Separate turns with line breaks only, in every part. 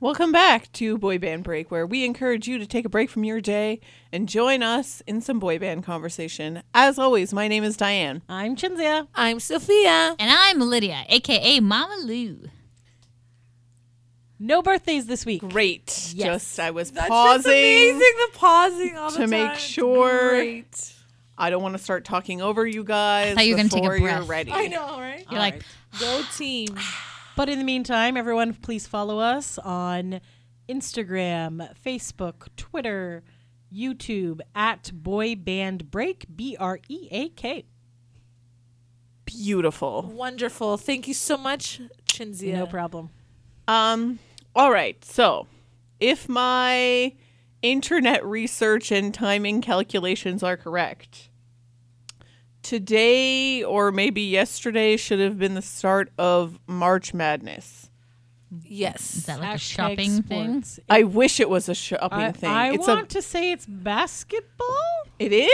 Welcome back to Boy Band Break, where we encourage you to take a break from your day and join us in some boy band conversation. As always, my name is Diane.
I'm Chinzia.
I'm Sophia.
And I'm Lydia, aka Mama Lou.
No birthdays this week.
Great.
Yes.
Just I was
That's just
pausing.
amazing. The pausing all the
to make
time. It's
sure-
Great.
I don't want to start talking over you guys
thought you were gonna take a
before you're
breath.
ready.
I know, right?
You're like,
Go team.
But in the meantime, everyone, please follow us on Instagram, Facebook, Twitter, YouTube at Boy Band Break, B R E A K.
Beautiful.
Wonderful. Thank you so much, Chinzia.
No problem.
Um. All right. So, if my internet research and timing calculations are correct, today or maybe yesterday should have been the start of March Madness.
Yes.
is that like a
Hashtag
shopping thing?
sports.
I wish it was a shopping
I,
thing.
I
it's
want
a.
to say it's basketball,
It is.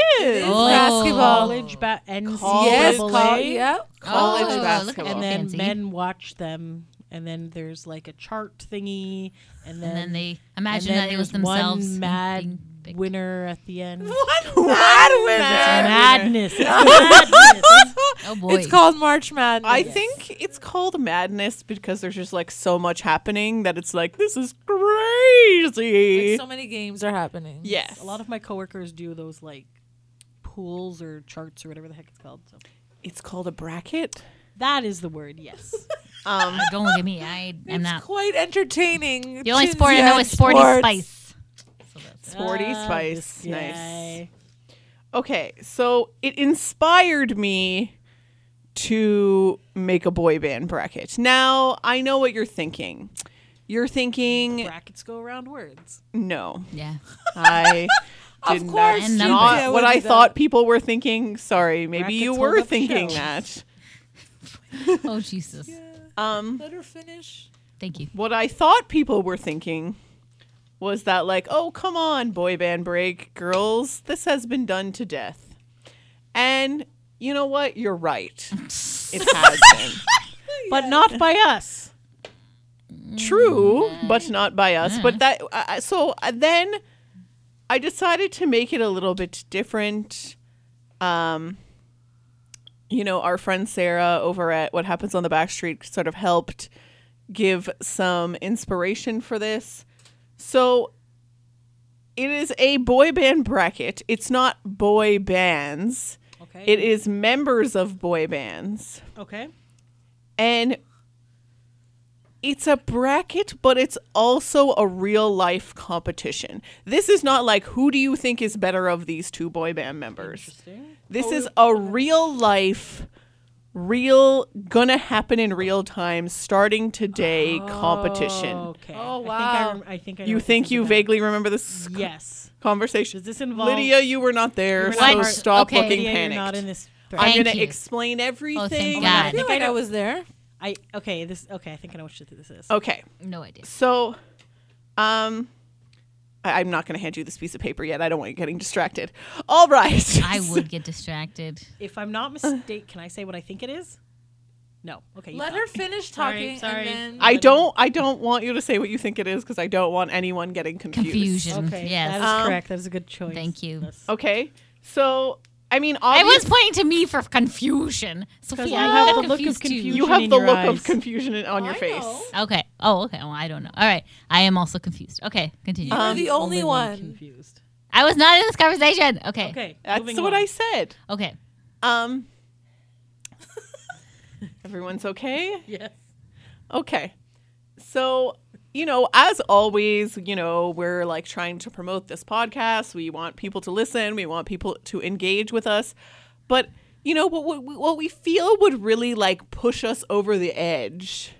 Oh.
basketball.
college, ba- NCAA,
Yes.
College.
Call, yep.
College
Oh, look at
basketball.
that
and then
fancy.
men watch them. And then there's like a chart thingy, and then,
and then they imagine
and then
that it was
there's
themselves.
One
and
mad
being picked.
winner at the end.
What? Mad
madness. It's madness.
Oh boy.
winner. It's called March Madness.
I think it's called madness because there's just like so much happening that it's like this is crazy.
Like, so many games are happening.
yes,
A lot of my coworkers do those like pools or charts or whatever the heck it's called. So
it's called a bracket.
Ah, that is the word. Yes.
Um,
Oh, don't look at me. I am
It's
not.
quite entertaining.
The only
Chinzia
sport I know
and
is Sporty
sports.
Spice. So that's
sporty
Ah,
spice,
this
nice.
guy.
Okay, so it inspired me to make a boy band bracket. Now I know what you're thinking. You're thinking,
Brackets go around words.
no,
Yeah.
I.
Of
Did
course
not,
you
not
did.
what
Yeah, we
I
do that.
thought people were thinking. Sorry, maybe
Brackets
you
hold
were
up the
thinking
show.
that.
Oh Jesus.
Um,
Let her finish.
Thank you.
what I thought people were thinking was that like, oh come on, boy band break, girls, this has been done to death. And you know what? You're right. It has been.
But not by us.
True, but not by us. But that I I- so uh, then I decided to make it a little bit different. Um you know, our friend Sarah over at What Happens on the Backstreet sort of helped give some inspiration for this. So it is a boy band bracket. It's not boy bands.
Okay.
It is members of boy bands
okay.
and it's a bracket, but it's also a real life competition. This is not like who do you think is better of these two boy band members.
Interesting. Oh,
This is a real life, real gonna happen in real time, starting today competition.
Oh, Okay. I
Oh,
think I,
wow.
rem- I think I know
You
what this
think
is
you
about.
vaguely remember this c-
Yes.
conversation?
Does this involve
Lydia, you were not there,
You're
so
not-
stop
okay.
looking
Lydia, you're
panicked.
not in this. thread.
I'm
Thank
gonna
you.
explain
Oh,
everything.
God.
I feel
think
like I, was there.
I okay. This okay. I think I know what this is.
Okay.
No idea.
So, um, I, I'm not going to hand you this piece of paper yet. I don't want you getting distracted. All right.
I would get distracted.
If I'm not mistaken, can I say what I think it is? No. Okay. you
Let
talk.
her finish
Sorry,
talking.
sorry.
And then
I don't. I don't want you to say what you think it is because I don't want anyone getting confused.
Confusion.
Okay. That
Yes.
is
Um,
correct. That is a good choice.
Thank you.
Yes.
Okay. So, I mean,
I was
obviously,
pointing to me for confusion. Sophia,
I have
got
the look of
confused too.
confusion.
you have
in
the
your
look
eyes.
of confusion in- on your
I
face.
know.
Okay. Oh, okay. Well, I don't know. All right. I am also confused. Okay. Continue.
Uh-huh.
You're
um,
the only, one.
confused.
I was not in this conversation. Okay. Okay.
Okay.
That's
moving
what
on.
I said.
Okay.
Um. everyone's okay.
Yes.
Okay. So, you know, as always, you know, we're like trying to promote this podcast. We want people to listen, we want people to engage with us. But, you know, what, what, what we feel would really like push us over the edge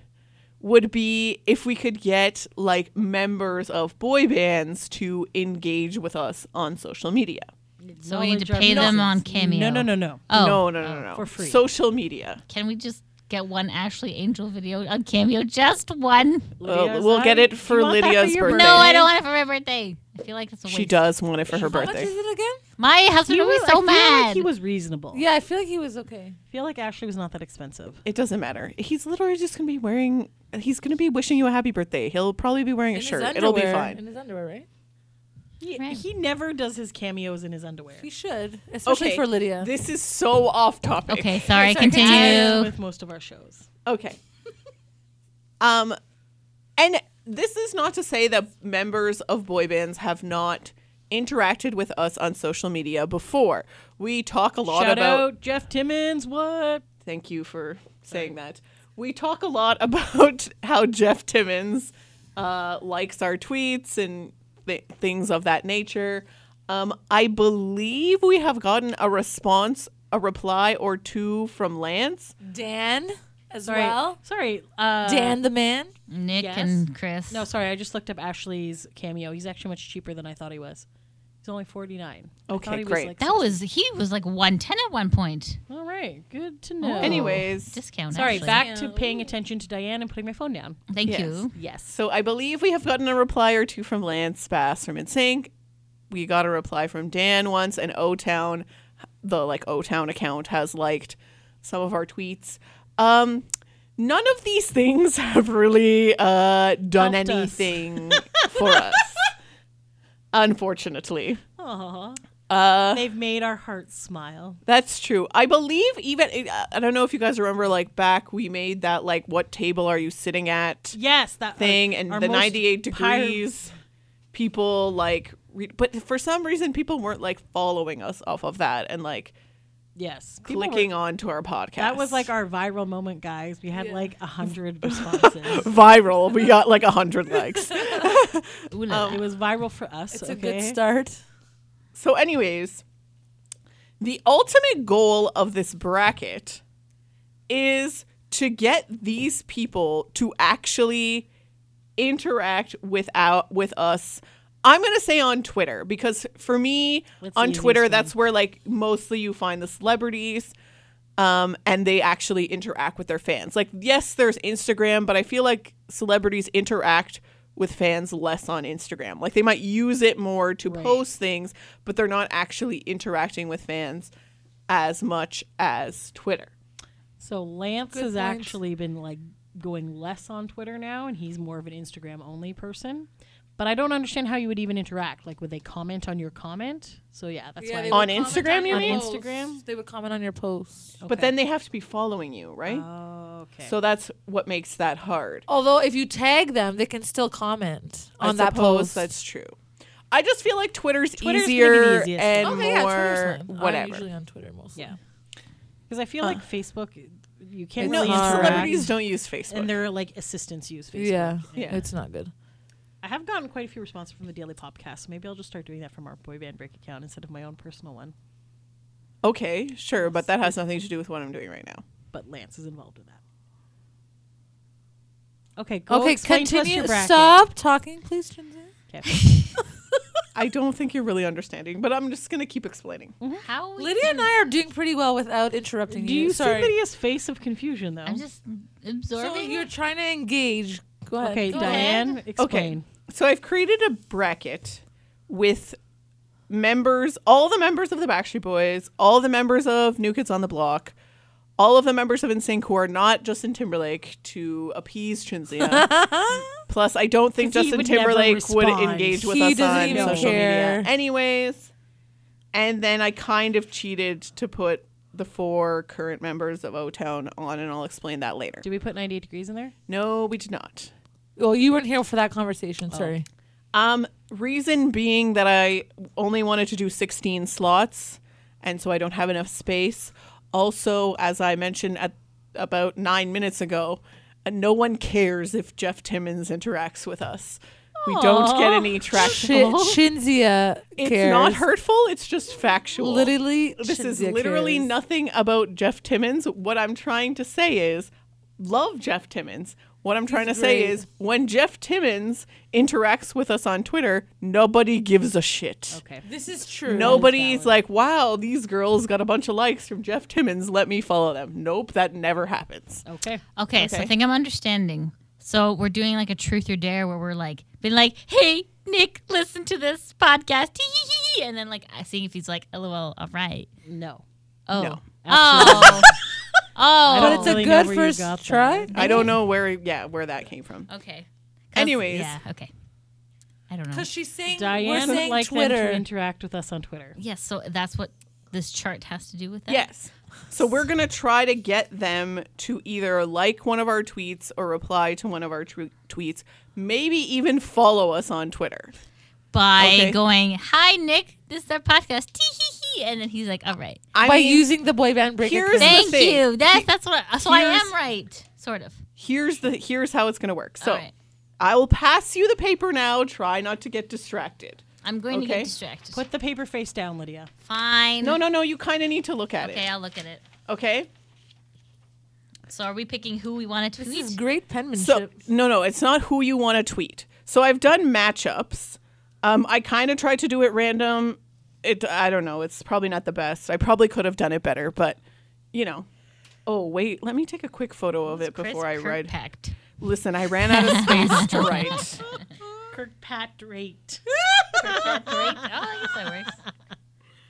would be if we could get like members of boy bands to engage with us on social media.
So we need
Knowledge
to
of
pay them
nonsense.
on Cameo.
No, no, no, no.
Oh.
no, no, no, no, no.
for free.
Social media.
Can we just get one Ashley Angel video on Cameo? Just one.
Uh, we'll get it for Lydia's birthday.
No, I don't want it for my birthday. I feel like it's a waste.
She does want it for her
How much
birthday.
is it again?
My husband would be so
I feel like
mad.
he was reasonable.
Yeah, I feel like he was okay.
I feel like Ashley was not that expensive.
It doesn't matter. He's literally just gonna be wearing. He's gonna be wishing you a happy birthday. He'll probably be wearing a
In his
shirt. It'll be
underwear-
fine.
In his underwear, right?
He,
Right.
he never does his cameos in his underwear.
We should, especially
Okay.
for Lydia.
This is so off topic.
okay, sorry.
Sorry, continue.
Continue.
With most of our shows.
Okay. um, and this is not to say that members of boy bands have not interacted with us on social media before. We talk a lot
Shout
about.
out Jeff Timmons. What?
Thank you for saying that. We talk a lot about how Jeff Timmons uh, likes our tweets and th- things of that nature. Um, I believe we have gotten a response, a reply or two from Lance.
Dan as
Sorry.
well.
sorry. Uh,
Dan the man.
Nick
Yes.
and Chris.
No, sorry. I just looked up Ashley's cameo. He's actually much cheaper than I thought he was. He's only forty nine.
Okay, great.
Like,
that was he was like one ten at one point.
all right. Good to know.
Oh, Anyway. Anyways.
discount.
sorry.
actually.
Back to paying attention to Diane and putting my phone down.
Thank
Yes.
you.
Yes.
So I believe we have gotten a reply or two from Lance Spass from InSync. We got a reply from Dan once, and O Town, the like O Town account, has liked some of our tweets. Um, none of these things have really uh, done
Helped us.
anything for us, unfortunately.
Aww.
Uh,
They've made our hearts smile.
that's true. I believe even I don't know if you guys remember like back we made that like what table are you sitting at
Yes, that
thing
our-
and
our
the
most
98
pir-
degrees people like re- but for some reason people weren't like following us off of that and like
yes, people were-
clicking on to our podcast.
that was like our viral moment, guys. We had like a hundred responses.
viral. We got like a 100 likes.
Ooh la
it
la.
was viral for us.
It's a
okay?
good start.
So anyways, the ultimate goal of this bracket is to get these people to actually interact with out with us. I'm gonna say on Twitter because for me
That's the
on
easiest
Twitter
one.
that's where like mostly you find the celebrities um, and they actually interact with their fans. Like yes, there's Instagram, but I feel like celebrities interact with fans less on Instagram. Like they might use it more to post things, but they're not actually interacting with fans as much as Twitter.
So Lance
Good
has
points.
actually been like going less on Twitter now, and he's more of an Instagram only person. But I don't understand how you would even interact. Like, would they comment on your comment? So yeah, that's why.
they
On
would comment
Instagram, you
your
mean?
posts.
Instagram?
They would comment on your posts.
But then they have to be following you, right?
okay.
So that's what makes that hard.
Although if you tag them, they can still comment
I
on that
suppose
post.
That's true. I just feel like Twitter's,
Twitter's gonna be the
easier
easiest
and
one.
okay, yeah,
more
Twitter's fine. I'm
whatever.
usually on Twitter mostly.
yeah, because I
Uh.
feel like Facebook, you can't
no,
really
hard.
interact,
celebrities don't use Facebook.
and their like assistants use Facebook.
Yeah,
Yeah.
it's not good.
I have gotten quite a few responses from the Daily Podcast. Maybe I'll just start doing that from our boy band break account instead of my own personal one.
okay, sure, but that has nothing to do with what I'm doing right now.
But Lance is involved in that. Okay, go
okay,
explain to us
continue.
your bracket.
Stop talking, please, Jinsei.
Okay.
I don't think you're really understanding, but I'm just gonna keep explaining.
How we
Lydia and I are doing pretty well without interrupting
Do you
Sorry.
see Lydia's face of confusion though?
I'm just
so
absorbing.
you're trying to engage. Go ahead.
okay,
Go ahead.
Diane, explain.
So I've created a bracket with members, all the members of the Backstreet Boys, all the members of New Kids on the Block, all of the members of NSYNC who are not Justin Timberlake to appease Trinzia. Plus, I don't think
'Cause he
Justin
would never
Timberlake would
respond.
engage with
He
us
doesn't
on
even
social
care.
media, anyways. And then I kind of cheated to put the four current members of O Town on, and I'll explain that later.
Did we put 98 degrees in there?
No, we did not.
Well, you weren't here for that conversation.
Oh.
Sorry.
Um, reason being that I only wanted to do 16 slots, and so I don't have enough space. Also, as I mentioned at about nine minutes ago, uh, no one cares if Jeff Timmons interacts with us. We don't get any traction.
Shi Oh, Shinzia
It's
cares.
not hurtful. It's just factual.
Literally,
this is
Shinzia
literally
cares.
nothing about Jeff Timmons. What I'm trying to say is, love Jeff Timmons. What I'm trying to say
great.
is, when Jeff Timmons interacts with us on Twitter, nobody gives a shit.
Okay.
This is true.
Nobody's like, wow, these girls got a bunch of likes from Jeff Timmons. Let me follow them. Nope, that never happens.
Okay.
Okay, so I
Okay.
think I'm understanding. So we're doing like a truth or dare where we're like, been like, hey, Nick, listen to this podcast. and then like seeing if he's like, lol, all right.
No.
Oh,
No.
oh,
I
But
don't
oh.
it's a
really know
good
where you
first
got that.
try.
I don't know where yeah where that came from.
okay. 'Cause-
Anyways.
yeah, okay. I don't know.
Because she's saying
Diane
we're
would
saying
like them
Twitter.
to interact with us on Twitter.
Yes, so that's what this chart has to do with that.
Yes. So we're going to try to get them to either like one of our tweets or reply to one of our tw- tweets, maybe even follow us on Twitter.
By
Okay.
going, hi Nick, this is our podcast. Tee hee hee, and then he's like, all right.
I
by
mean,
using the boy band breaker.
Here's
thing.
the
Thank
thing.
you. That's that's what. I, so I
Here's-
am right, sort of.
here's the here's how it's going to work. So
All right.
I will pass you the paper now. Try not to get distracted.
I'm going to
Okay.
get distracted.
Put the paper face down, Lydia.
Fine.
No, no, no. You kind of need to look at
Okay,
it.
I'll look at it.
Okay.
So are we picking who we want to
This
tweet?
is great penmanship.
So no, no, it's not who you want to tweet. So I've done matchups. Um, I kind of tried to do it random. It I don't know. It's probably not the best. I probably could have done it better, but you know. Oh wait, let me take a quick photo of it
Chris
before I write.
Kirkpatrick.
Listen, I ran out of space to write.
Kirkpatrick.
Great. Oh, I guess that works.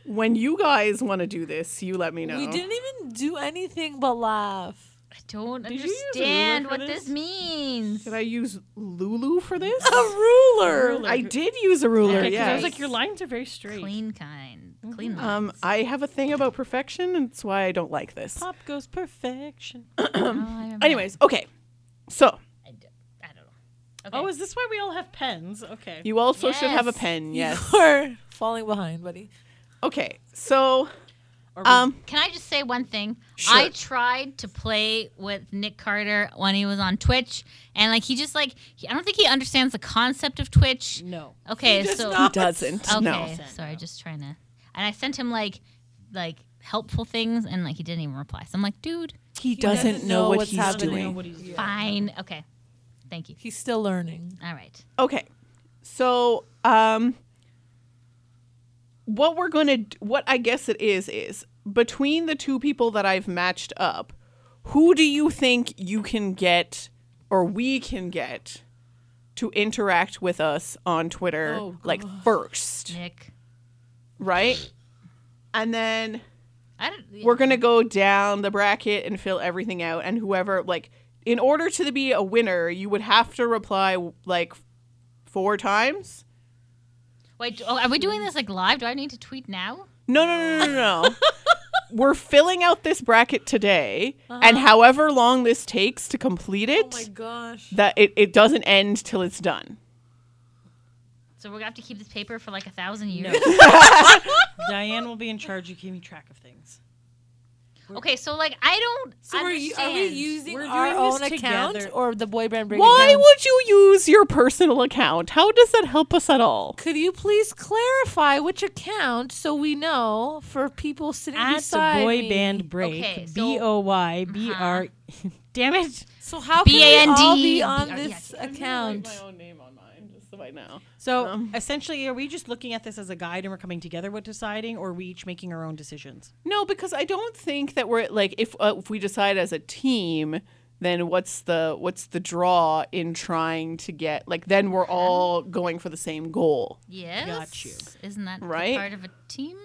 When you guys want to do this, you let me know.
We didn't even do anything but laugh.
I don't
you use a ruler
understand
for
what
this?
this means.
Did I use Lulu for this?
A ruler.
I did use a ruler.
Yeah, 'cause I
yes.
was like, your lines are very straight.
Clean kind. Clean. lines.
um, I have a thing about perfection, and it's why I don't like this.
Pop goes perfection.
Oh, I remember.
Anyways, okay. So
I d- I don't know. Okay.
Oh, is this why we all have pens? Okay.
you also should have a
Yes.
pen. Yes.
You're falling behind, buddy.
Okay, so
Or we-
um,
Can I just say one thing?
Sure.
I tried to play with Nick Carter when he was on Twitch, and like he just like he, I don't think he understands the concept of Twitch.
no.
Okay,
does
so
he
not.
doesn't.
okay,
No,
sorry, just trying to. And I sent him like like helpful things, and like he didn't even reply. So I'm like, dude,
he
doesn't
doesn't know
know
what
what's
he's
happening.
doing.
he's doing.
fine, okay, thank you.
He's still learning.
All right,
Okay, so um, what we're gonna, d- what I guess it is, is between the two people that I've matched up, who do you think you can get or we can get to interact with us on Twitter,
Oh,
like first,
Nick.
right? And then
I don't.
we're gonna go down the bracket and fill everything out and whoever like in order to be a winner you would have to reply like four times
Wait, oh, are we doing this like live? Do I need to tweet now?
no no no no no no we're filling out this bracket today and however long this takes to complete
Oh
it
gosh.
that it, it doesn't end till it's done
So we're gonna have to keep this paper for like a thousand years.
Diane will be in charge of keeping track of things.
Okay, so like I don't.
So are, you, are we
understand.
using
We're
our
doing this
own account
together.
or the boy band breaker?
why
account?
would you use your personal account how does that help us at all
Could you please clarify which account so we know for people sitting
At
beside
the boy
me?
band break,
Okay, so- Uh-huh.
B O Y B R. Damn it!
So how can we all
B
be
A N
on
D
Uh,
B R E
this
I T.
account?
own name on mine just so i know
So
Um.
essentially, are we just looking at this as a guide and we're coming together with deciding, or are we each making our own decisions?
No, because I don't think that we're like if uh, if we decide as a team, then what's the what's the draw in trying to get like then we're all going for the same goal.
Yes.
Got you.
Isn't that the
Right?
part of a team?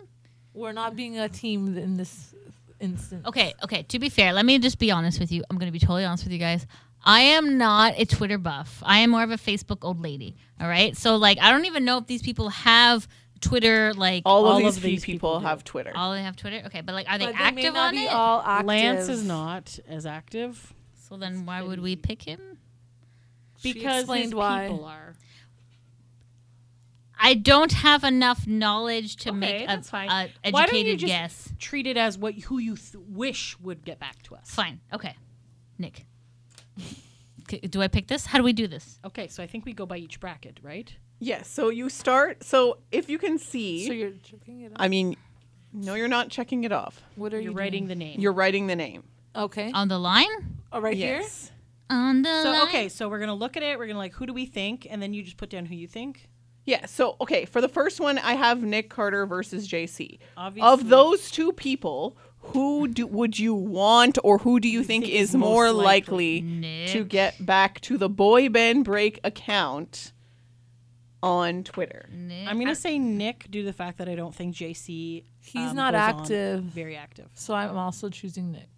We're not being a team in this instance.
Okay, okay. To be fair, let me just be honest with you. I'm going to be totally honest with you guys. I am not a Twitter buff. I am more of a Facebook old lady. All right. So, like, I don't even know if these people have Twitter. Like, all,
All,
All
of these,
of
few
these
people,
people do. Uh,
have Twitter.
they have Twitter. Okay. But, like, are they
But they may
active
not
on
be
it?
all active.
Lance is not as active
so then why would we pick him?
She
because his
explained why.
people are.
I don't have enough knowledge to
Okay,
make a,
that's fine.
a
Why don't you
educated
just-
guess.
Treat it as what who you th- wish would get back to us.
Fine. Okay. Nick. C- Do I pick this? How do we do this?
Okay, so I think we go by each bracket, right?
Yes. so you start. So if you can see,
So you're checking it out.
I mean, no, you're not checking it off.
What are
You're
you
writing
doing?
the name.
You're writing the name.
Okay.
On the line?
Oh, right
yes.
On the line.
so okay, so we're gonna look at it. We're gonna like, who do we think? And then you just put down who you think.
Yeah. So okay, for the first one, I have Nick Carter versus JC.
Uh, Obviously.
Of those two people, who do, would you want, or who do you, think,
think
is
is most
more
likely?
likely, to get back to the boy band break account on Twitter.
I'm gonna say Nick due to the fact that I don't think JC
He's
um,
not
goes on
active.
very active.
So I'm also choosing Nick.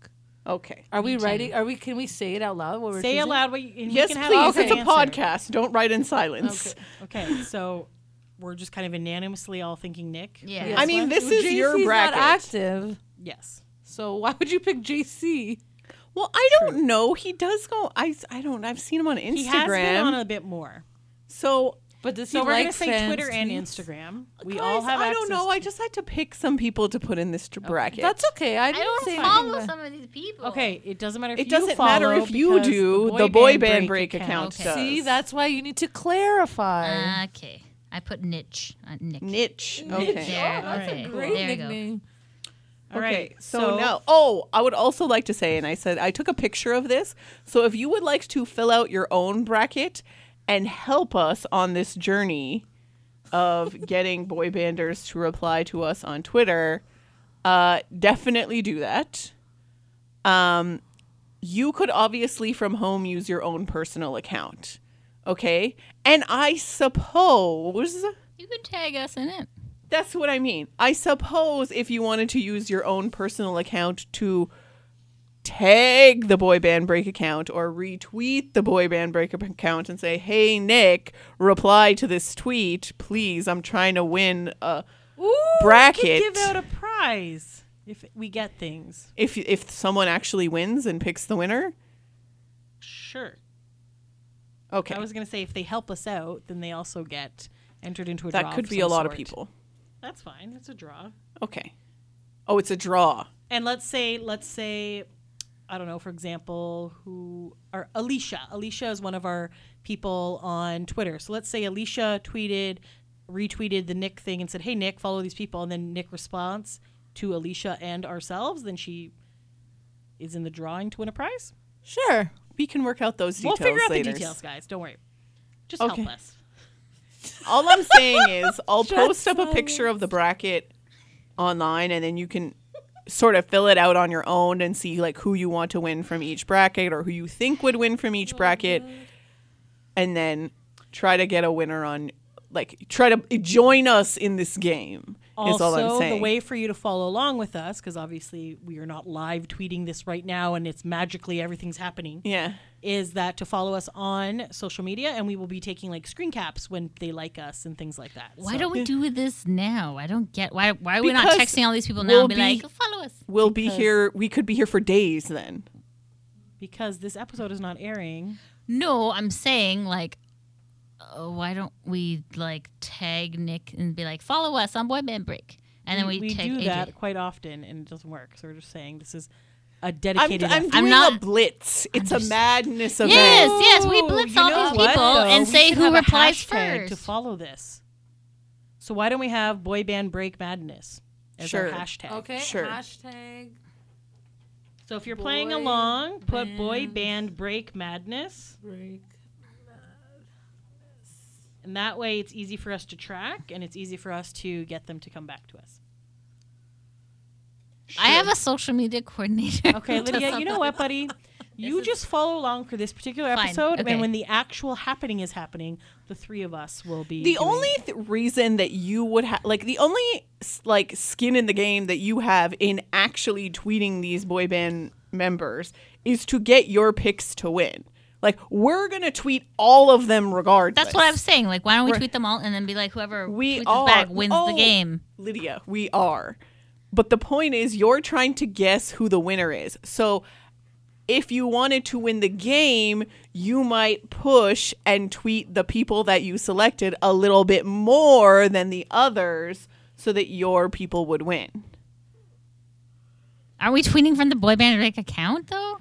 Okay.
Are we writing? Are we? Can we say it out loud? What we're
Say
choosing?
aloud what you, and
Yes,
you can
please.
Have
It's a
answer.
podcast. Don't write in silence.
Okay.
Okay, so we're just kind of unanimously all thinking Nick.
Yeah.
I mean, this
Well,
is your
JC's
bracket.
Not active.
Yes.
So why would you pick JC?
Well, I don't know. He does go. I I don't. I've seen him on Instagram.
He has been on a bit more.
so
But does
So
he
we're
like
gonna say
fans,
Twitter and
tweets?
Instagram. We
guys,
all have.
I don't
access
know.
to-
I just had to pick some people to put in this bracket.
That's okay. I
I
didn't
don't
say
follow
anything.
some of these people.
okay, it doesn't matter. If
It
you
doesn't matter
follow
if you
because
do. The boy band break account
Okay.
does.
See, that's why you need to
Uh,
clarify.
Ah, Okay. I put niche. Uh, Nick.
niche.
Niche.
Okay.
There.
Oh, that's
Okay.
a
Cool.
great
There you go.
nickname.
All
Okay,
right,
so, now, oh, I would also like to say, and I said I took a picture of this. So if you would like to fill out your own bracket and help us on this journey of getting boy banders to reply to us on Twitter, uh, definitely do that. Um, you could obviously from home use your own personal account, okay? And I suppose.
You can tag us in it.
That's what I mean. I suppose if you wanted to use your own personal account to tag the boy band break account or retweet the boy band break account and say, "Hey Nick, reply to this tweet, please. I'm trying to win uh, a
Ooh, We
Bracket.
could give out a prize if we get things.
if if someone actually wins and picks the winner."
Sure.
Okay.
I was gonna say if they help us out, then they also get entered into a draw.
that could
of
be a
some
lot of
sort.
people.
That's fine. That's a draw.
Okay. Oh, it's a draw.
And let's say, let's say, I don't know, for example, who or Alicia. Alicia is one of our people on Twitter. So let's say Alicia tweeted, retweeted the Nick thing and said, "Hey Nick, follow these people," and then Nick responds to Alicia and ourselves. Then she is in the drawing to win a prize.
Sure.
We can work out those
We'll
details
figure out
later.
the details, guys. Don't worry. Just
Okay.
help us.
All I'm saying is I'll
Just
post up a
silence.
picture of the bracket online and then you can sort of fill it out on your own and see like who you want to win from each bracket or who you think would win from each bracket and then try to get a winner on like try to join us in this game is all I'm
Also,
saying.
the way for you to follow along with us, because obviously we are not live tweeting this right now, and it's magically everything's happening.
yeah.
is that to follow us on social media and we will be taking like screen caps when they like us and things like that.
Why
So-
don't we do this now? I don't get why why are we not
Because
texting all these people now
we'll
and be,
be-
like, follow us.
We'll be here we could be here for days then.
because this episode is not airing.
No, I'm saying like uh, why don't we like tag Nick and be like, follow us on Boy Band Break. And then we, tag
do
AJ.
that quite often and it doesn't work. So we're just saying this is a dedicated
I'm, I'm
effort.
doing
not-
a blitz. It's
just-
a madness event.
Yes, yes, we
Ooh,
blitz
you
all
know
these
what,
people
though?
and
We
say
should
who
have a
replies
hashtag
first.
to follow this. So why don't we have boy band break madness as
Sure.
our hashtag?
Okay.
Sure.
Hashtag.
So if you're playing
Boy
along, put boy
band-
band break madness.
Break.
And that way it's easy for us to track and it's easy for us to get them to come back to us.
I have a social media coordinator.
Okay,
who does
Lydia, you know
all
what, buddy? You
is-
just follow along for this particular
Fine,
episode,
okay.
and when the actual happening is happening, the three of us will be.
the
doing-
only th- reason that you would have like the only s- like skin in the game that you have in actually tweeting these boy band members is to get your picks to win like we're gonna tweet all of them regardless
That's what I'm saying. Like, why don't we tweet them all and then be like, whoever
we
tweets
are
us back wins the
Oh,
game.
lydia we are but the point is you're trying to guess who the winner is so if you wanted to win the game you might push and tweet the people that you selected a little bit more than the others so that your people would win
Are we tweeting from the boy band Rick account though?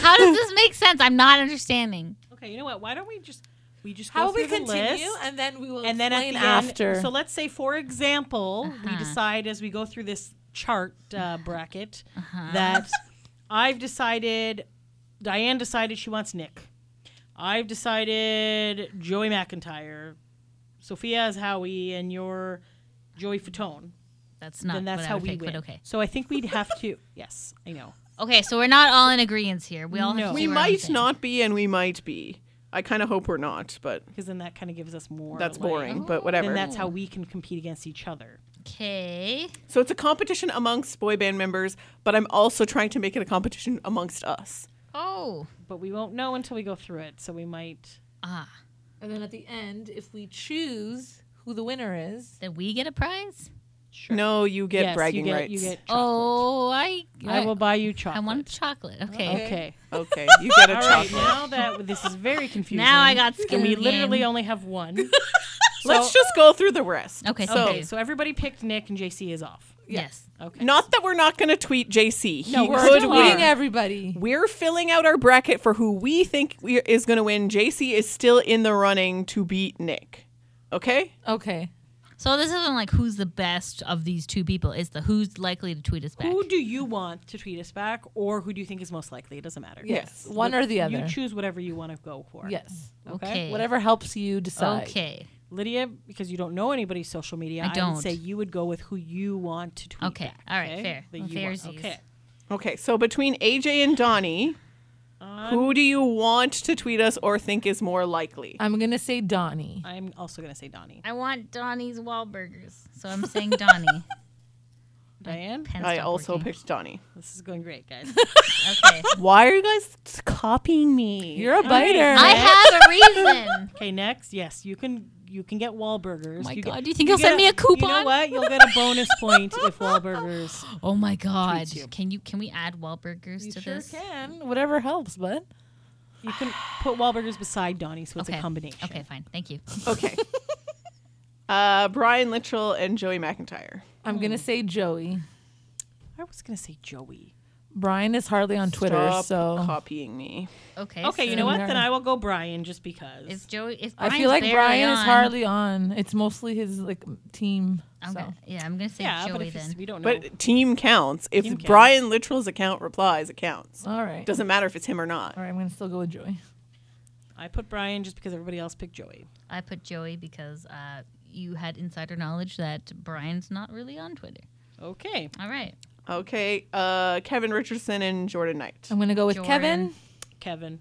How does this make sense? I'm not understanding.
Okay, you know what? Why don't we just we just
How
go
we
through the
continue,
list,
and then we will
and then at
explain
the
after.
End, so let's say, for example,
Uh-huh.
we decide as we go through this chart uh, bracket
Uh-huh.
that I've decided. Diane decided she wants Nick. I've decided Joey McIntyre. Sophia is Howie, and you're Joey Fatone.
That's not.
then that's
what I
how
would
we
pick,
win.
But okay.
So I think we'd have to. yes, I know.
Okay, so we're not all in agreement here. We all have
No.
to do
We
our own
might
thing.
not be, and we might be. I kind of hope we're not, but
because then that kind of gives us more.
that's
like-
boring.
Oh.
But
Then
whatever.
that's how we can compete against each other.
Okay.
so it's a competition amongst boy band members, but I'm also trying to make it a competition amongst us.
Oh.
But we won't know until we go through it. So we might.
Ah.
And then at the end, if we choose who the winner is,
Did we get a prize?
Sure.
No, you get
Yes, you
bragging
get-
rights.
You get chocolate.
Oh, I.
I will buy you
I
chocolate.
want chocolate. Okay.
Okay.
Okay, you get a
All right.
chocolate.
Now that this is very confusing.
Now I got skin
And we
in the
literally
game.
only have one.
Let's
So-
just go through the rest.
Okay.
So
Okay. So everybody picked Nick and JC is off.
Yes.
Okay.
not that we're not going to tweet JC. He
No, we're
could
still
win.
winning everybody.
We're filling out our bracket for who we think we is going to win. JC is still in the running to beat Nick. Okay?
Okay.
So this isn't like who's the best of these two people. It's the who's likely to tweet us back.
Who do you want to tweet us back, or who do you think is most likely? It doesn't matter.
Yes.
One or the other.
You choose whatever you want to go for.
yes.
Okay.
Okay.
Whatever helps you decide.
Okay.
Lydia, because you don't know anybody's social media,
I
would
don't.
say you would go with who you want to tweet.
Okay.
back,
All right. Fair.
That you want.
Fairsies.
Okay.
Okay, so between AJ and Donnie,
Um,
who do you want to tweet us or think is more likely?
I'm gonna say Donnie.
I'm also going to say Donnie.
I want Donnie's Wahlburgers, so I'm saying Donnie.
Diane,
Pen's
I
not
also
working.
picked Donnie.
this is going great, guys.
Okay.
Why are you guys copying me?
You're a biter.
I have a reason.
okay, next. Yes, you can you can get Wahlburgers.
my
you
God,
Get,
do you think he'll
get
send me a
You know
coupon?
what? You'll get a bonus point if Wahlburgers.
Oh my God.
you.
Can you can we add Wahlburgers
You
to
sure
this?
can. Whatever helps, bud.
You can put Wahlburgers beside Donnie, so it's
Okay.
a combination.
Okay, fine. Thank you.
Okay. uh, Brian Litchell and Joey McIntyre.
I'm
Hmm.
gonna say Joey.
I was going to say Joey.
Brian is hardly on Twitter,
Stop
so
copying me.
Okay.
Okay, you
so
know what?
Similar.
Then I will go Brian just because.
If Joey, if
I
Brian's
feel like
barely
Brian is
on-
hardly on. It's mostly his like team.
I'm
so.
gonna- yeah, I'm gonna say
yeah, but
Joey
if it's-
then.
we don't know.
But team counts. If
Team counts.
Brian Littrell's account replies, it counts.
All right.
Doesn't matter if it's him or not.
All right. I'm gonna still go with Joey.
I put Brian just because everybody else picked Joey.
I put Joey because uh, you had insider knowledge that Brian's not really on Twitter.
Okay.
All right.
Okay. Uh, Kevin Richardson and Jordan Knight.
I'm gonna go with Kevin.
Jordan.
Kevin.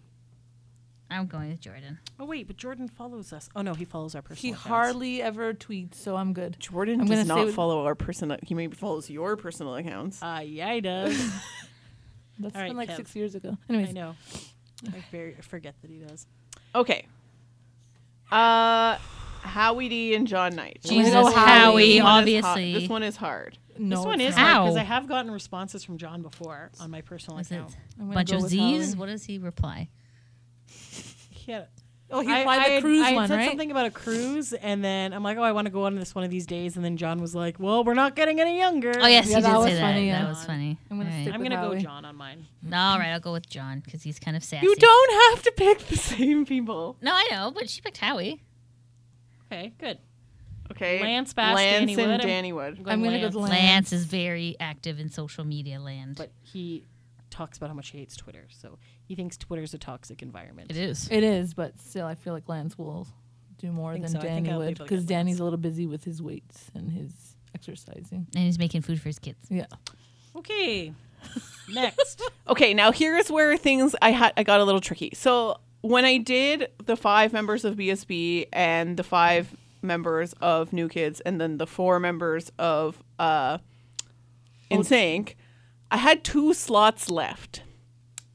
I'm going with Jordan.
Oh wait, but Jordan follows us. Oh no, he follows our personal.
He
accounts.
hardly ever tweets, so I'm good.
Jordan
I'm gonna
does
say
not
with-
follow our personal. He maybe follows your personal accounts.
Uh, yeah, he does.
That's
All right,
been like
Kev.
six years ago.
I
Anyways,
know. I very I forget that he does.
Okay. Uh, Howie D and John Knight.
Jesus,
go Howie.
Howie,
This one is hot-
obviously.
This one is hard.
no,
this one
it's
is
not.
hard because
Ow.
I have gotten responses from John before on my personal
Was it
account.
I'm gonna
bunch
go
of
with
Z's?
Howie.
What does he reply?
He had,
Oh, he
I-
applied
I
the
had-
cruise
I had
one,
said
right?
something about a cruise, and then I'm like, oh, I want to go on this one of these days, and then John was like, well, we're not getting any younger.
Oh yes,
Yeah,
he
that
did
was
say that.
funny, yeah.
That was funny.
I'm gonna
All right.
stick
I'm
with
gonna go
Howie.
John on mine.
All right, I'll go with John because he's kind of sassy.
You don't have to pick the same people.
No, I know, but she picked Howie.
Okay, good.
Okay.
Lance Bass,
Lance
Danny
and
Wood.
Danny Wood.
I'm gonna go with
Lance,
Lance.
Lance is very active in social media land.
but he talks about how much he hates Twitter, so he thinks Twitter's a toxic environment.
it is.
It is, but still, I feel like Lance will do more
Think
than
so. I think
Danny
I'll be
would
able to get
because
Lance.
Danny's a little busy with his weights and his exercising.
And he's making food for his kids.
Yeah.
Okay. Next.
Okay, now here's where things I had I got a little tricky. So when I did the five members of BSB and the five members of New Kids and then the four members of uh In Sync, I had two slots left.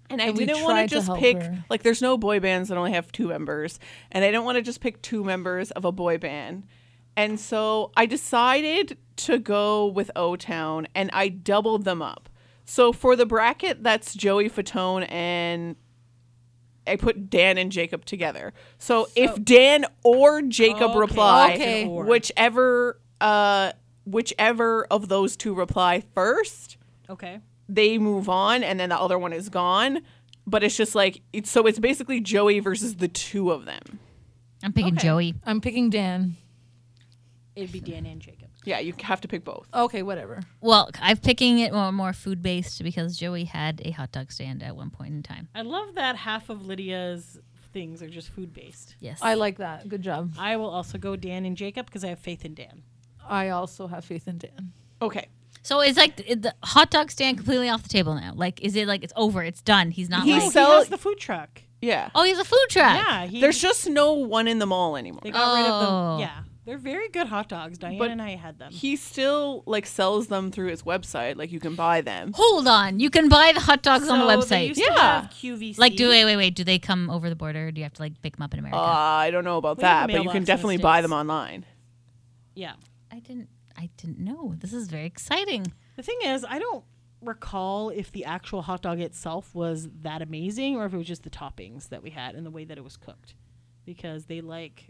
And I
And we
didn't want to
tried to
just
help
pick
her.
like there's no boy bands that only have two members, and I don't want to just pick two members of a boy band. And so I decided to go with O Town and I doubled them up. So for the bracket, that's Joey Fatone and I put Dan and Jacob together. So, if Dan or Jacob
Okay.
reply,
Okay.
Or.
whichever uh whichever of those two reply first,
Okay.
they move on and then the other one is gone. But it's just like it's so it's basically Joey versus the two of them.
I'm picking
Okay.
Joey.
I'm picking Dan.
It'd be Dan and Jacob.
Yeah, you have to pick both.
Okay, whatever.
Well, I'm picking it more, more food based because Joey had a hot dog stand at one point in time.
I love that half of Lydia's things are just food based.
Yes.
I like that. Good job.
I will also go Dan and Jacob because I have faith in Dan.
I also have faith in Dan.
Okay.
so it's like the, the hot dog stand completely off the table now. Like, is it like it's over? It's done. He's not
He
Oh,
like
sell-
he has the food truck.
Yeah.
Oh, he's a food truck.
Yeah, he,
There's just no one in the mall anymore.
they got rid of
Oh.
them. Yeah, they're very good hot dogs. Diane
But
and I had them.
He still like sells them through his website. Like you can buy them.
Hold on. You can buy the hot dogs on the
So they
website.
used to
Yeah.
have QVC.
Like, do wait, wait, wait. Do they come over the border? Do you have to like pick them up in
Uh,
America?
I don't know about
We have a
that, but you
mailbox
can
in the
definitely buy them
States.
online.
Yeah.
I didn't. I didn't know. This is very exciting.
The thing is, I don't recall if the actual hot dog itself was that amazing or if it was just the toppings that we had and the way that it was cooked, because they like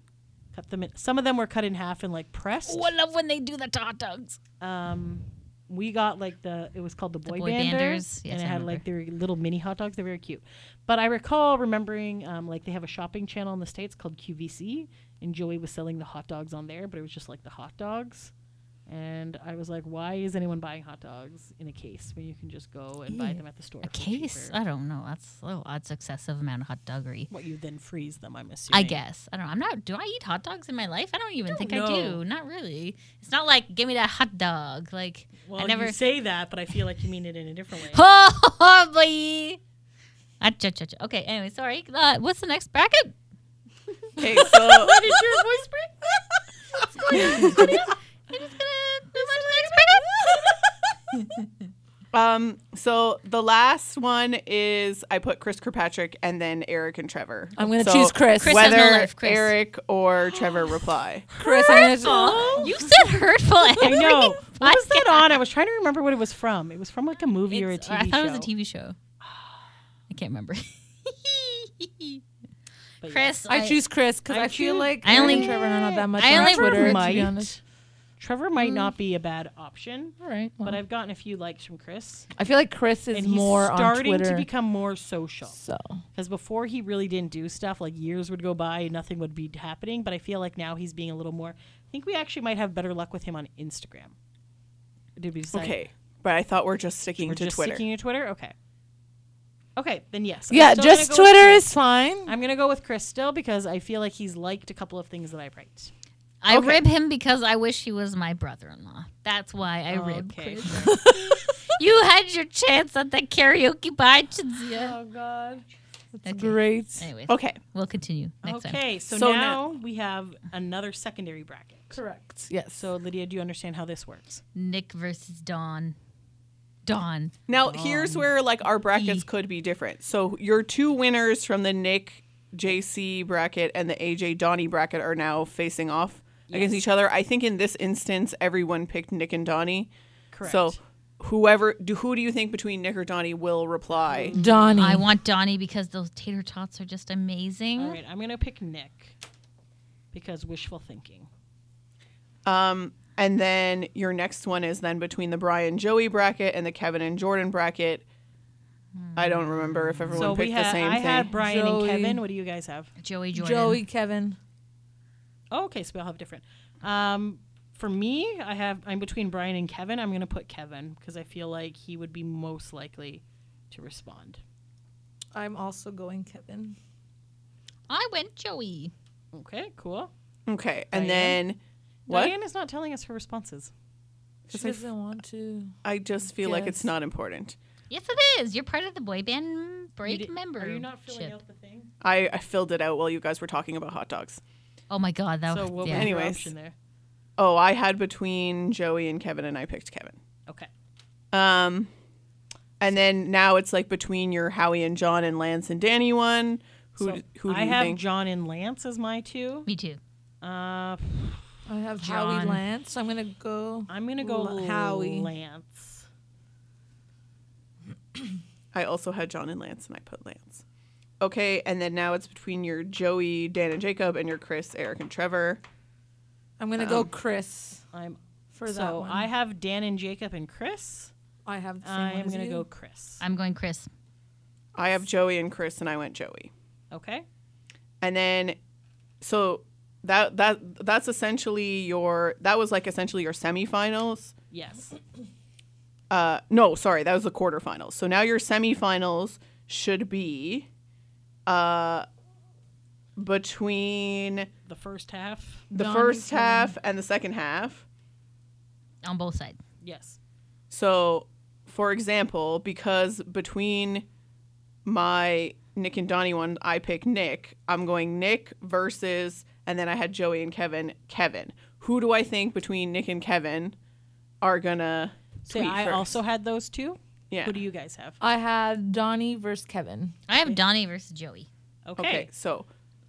cut them. In, some of them were cut in half and like pressed.
Oh, I love when they do that to hot dogs.
Um, we got like the it was called the boy,
boy
banders,
banders. Yes,
and it
I
had like their little mini hot dogs. They're very cute. But I recall remembering um, like they have a shopping channel in the states called QVC, and Joey was selling the hot dogs on there, but it was just like the hot dogs. And I was like, why is anyone buying hot dogs in a case when you can just go and buy
Ew.
them at the store?
Eh, A
for
case? Uh,
cheaper?
I don't know. That's oh, that's excessive amount of hot doggery.
What you then freeze them? I'm assuming.
I guess. I don't know. I'm not. Do I eat hot dogs in my life? I don't even think I
know.
do. Not really. It's not like give me that hot dog. Like
Well,
I never.
you say that, but I feel like you mean it in a different way.
Oh boy. Ah, cha, cha, cha. Okay. Anyway, sorry. Uh, what's the next bracket?
Okay, so
What is your voice break? What's going on? What is- I'm just gonna move on to the next bracket.
um, so the last one is I put Chris Kirkpatrick and then Eric and Trevor.
I'm gonna
So
choose Chris.
Chris has
Whether
no life, Chris.
Eric or Trevor reply.
Chris, I'm gonna,
Hurtful. You said hurtful.
I know. What was that
podcast.
on? I was trying to remember what it was from. It was from like a movie or a
It's-
TV
I thought
show.
it was a TV show. I can't remember.
But
Chris,
I choose Chris because
I
I, feel
choose-
like
I
Eric
only-
and Trevor are not that much
I
on
only
Twitter. To be
might.
honest,
Trevor
Mm.
might not be a bad option,
all right.
but
well.
I've gotten a few likes from Chris,
I feel like Chris is
and he's
more on
starting
Twitter.
to become more social.
so
Because before he really didn't do stuff; like years would go by, and nothing would be happening. But I feel like now he's being a little more. I think we actually might have better luck with him on Instagram. Did we decide?
Okay, but I thought we're just sticking
we're
to
just
Twitter.
sticking to Twitter. Okay. Okay, then yes. I'm
yeah,
still gonna
just
go with
Twitter
Chris.
is fine.
I'm gonna go with Chris still because I feel like he's liked a couple of things that I write.
I
Okay.
rib him because I wish he was my brother-in-law. That's why I rib
Okay.
Chris. you had your chance at the karaoke bar, Chinzia.
Oh God.
Okay.
Great.
Anyways,
okay,
we'll continue next time.
Okay, so,
So
now we have another secondary bracket.
Correct. Yes.
So Lydia, do you understand how this works?
Nick versus Dawn. Dawn.
now here's where like our
E.
brackets could be different. So your two winners from the Nick JC bracket and the AJ Donnie bracket are now facing off against each other. I think in this instance, everyone picked Nick and Donnie. So whoever do who do you think between Nick or Donnie will reply?
Donnie.
I want Donnie because those tater tots are just amazing.
All right, I'm gonna pick Nick because wishful thinking.
Um, and then your next one is then between the Brian Joey bracket and the Kevin and Jordan bracket. I don't remember if everyone
so
picked
we had
the same
I
thing.
had Brian
Joey.
and Kevin. What do you guys have?
Joey Jordan.
Joey, Kevin.
Oh, okay, so we all have different. Um, for me, I have I'm between Brian and Kevin. I'm gonna put Kevin because I feel like he would be most likely to respond.
I'm also going Kevin.
I went Joey.
Okay, cool.
okay, and
Diane?
then what?
Diane is not telling us her responses.
She
Just like-
doesn't want to.
I just feel like it's
Guess.
not important.
Yes, it is. You're part of the boy band
You
break
did-
member.
Are you not filling out the thing?
I, I filled it out while you guys were talking about hot dogs.
Oh my god, that
So
was
what
yeah.
was your
Anyways.
option there?
Oh, I had between Joey and Kevin, and I picked Kevin.
Okay.
Um, and then now it's like between your Howie and John and Lance and Danny one. Who
So
d- who do
I
you
have
think?
John and Lance as my two.
Me too.
Uh,
I have Howie
John.
Lance. I'm gonna go.
I'm gonna go
L- Howie.
Lance.
I also had John and Lance, and I put Lance. Okay, and then now it's between your Joey, Dan, and Jacob, and your Chris, Eric, and Trevor.
I'm gonna go Chris
I'm
for that
so
one.
I have Dan and Jacob and Chris.
I have. The same one
I'm
as
gonna
you.
go Chris.
I'm going Chris.
I have Joey and Chris, and I went Joey.
Okay.
And then, so that that that's essentially your that was like essentially your semifinals.
Yes.
Uh, no, sorry, that was the quarterfinals. So now your semifinals should be, uh, between
The first half.
the
Don
first
Kevin.
half and the second half.
On both sides.
Yes.
So, for example, because between my Nick and Donnie one, I pick Nick. I'm going Nick versus, and then I had Joey and Kevin. Kevin. Who do I think between Nick and Kevin are gonna?
So
tweet
I
first?
also had those two.
Yeah.
Who do you guys have?
I had Donnie versus Kevin.
I have Donnie versus Joey.
Okay.
Okay. so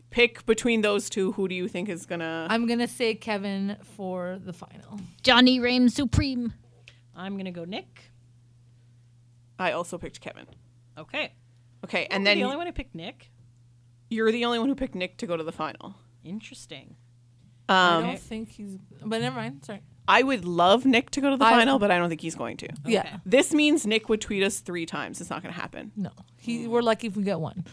pick between those two. Who do you think is gonna?
I'm gonna say Kevin for the final.
Johnny reigns supreme.
I'm gonna go Nick.
I also picked Kevin.
Okay.
Okay,
I'm
and then
the only one who picked Nick.
you're the only one who picked Nick to go to the final.
Interesting.
I
Um,
don't think he's. But never mind. Sorry.
I would love Nick to go to the
I-
final, but I don't think he's going to.
Yeah.
This means Nick would tweet us three times. It's not going to happen.
No. He. We're lucky if we get one.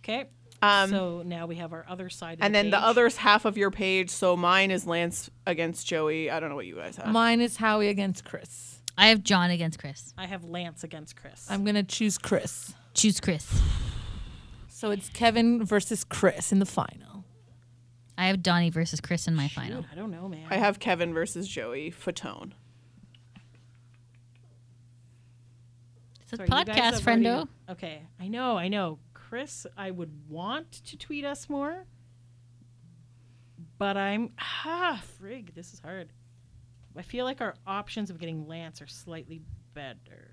Okay.
Um,
so now we have our other side. Of
and
the
then the
page.
other's half of your page. So mine is Lance against Joey. I don't know what you guys have.
Mine is Howie against Chris.
I have John against Chris.
I have Lance against Chris.
I'm gonna choose Chris.
Choose Chris.
So it's Kevin versus Chris in the final.
I have Donnie versus Chris in my final.
Dude, I don't know, man.
I have Kevin versus Joey Fatone.
It's a
Sorry, you guys
podcast,
have
friendo.
already- Okay, I know, I know. Chris, I would want to tweet us more, but I'm ah frig. This is hard. I feel like our options of getting Lance are slightly better.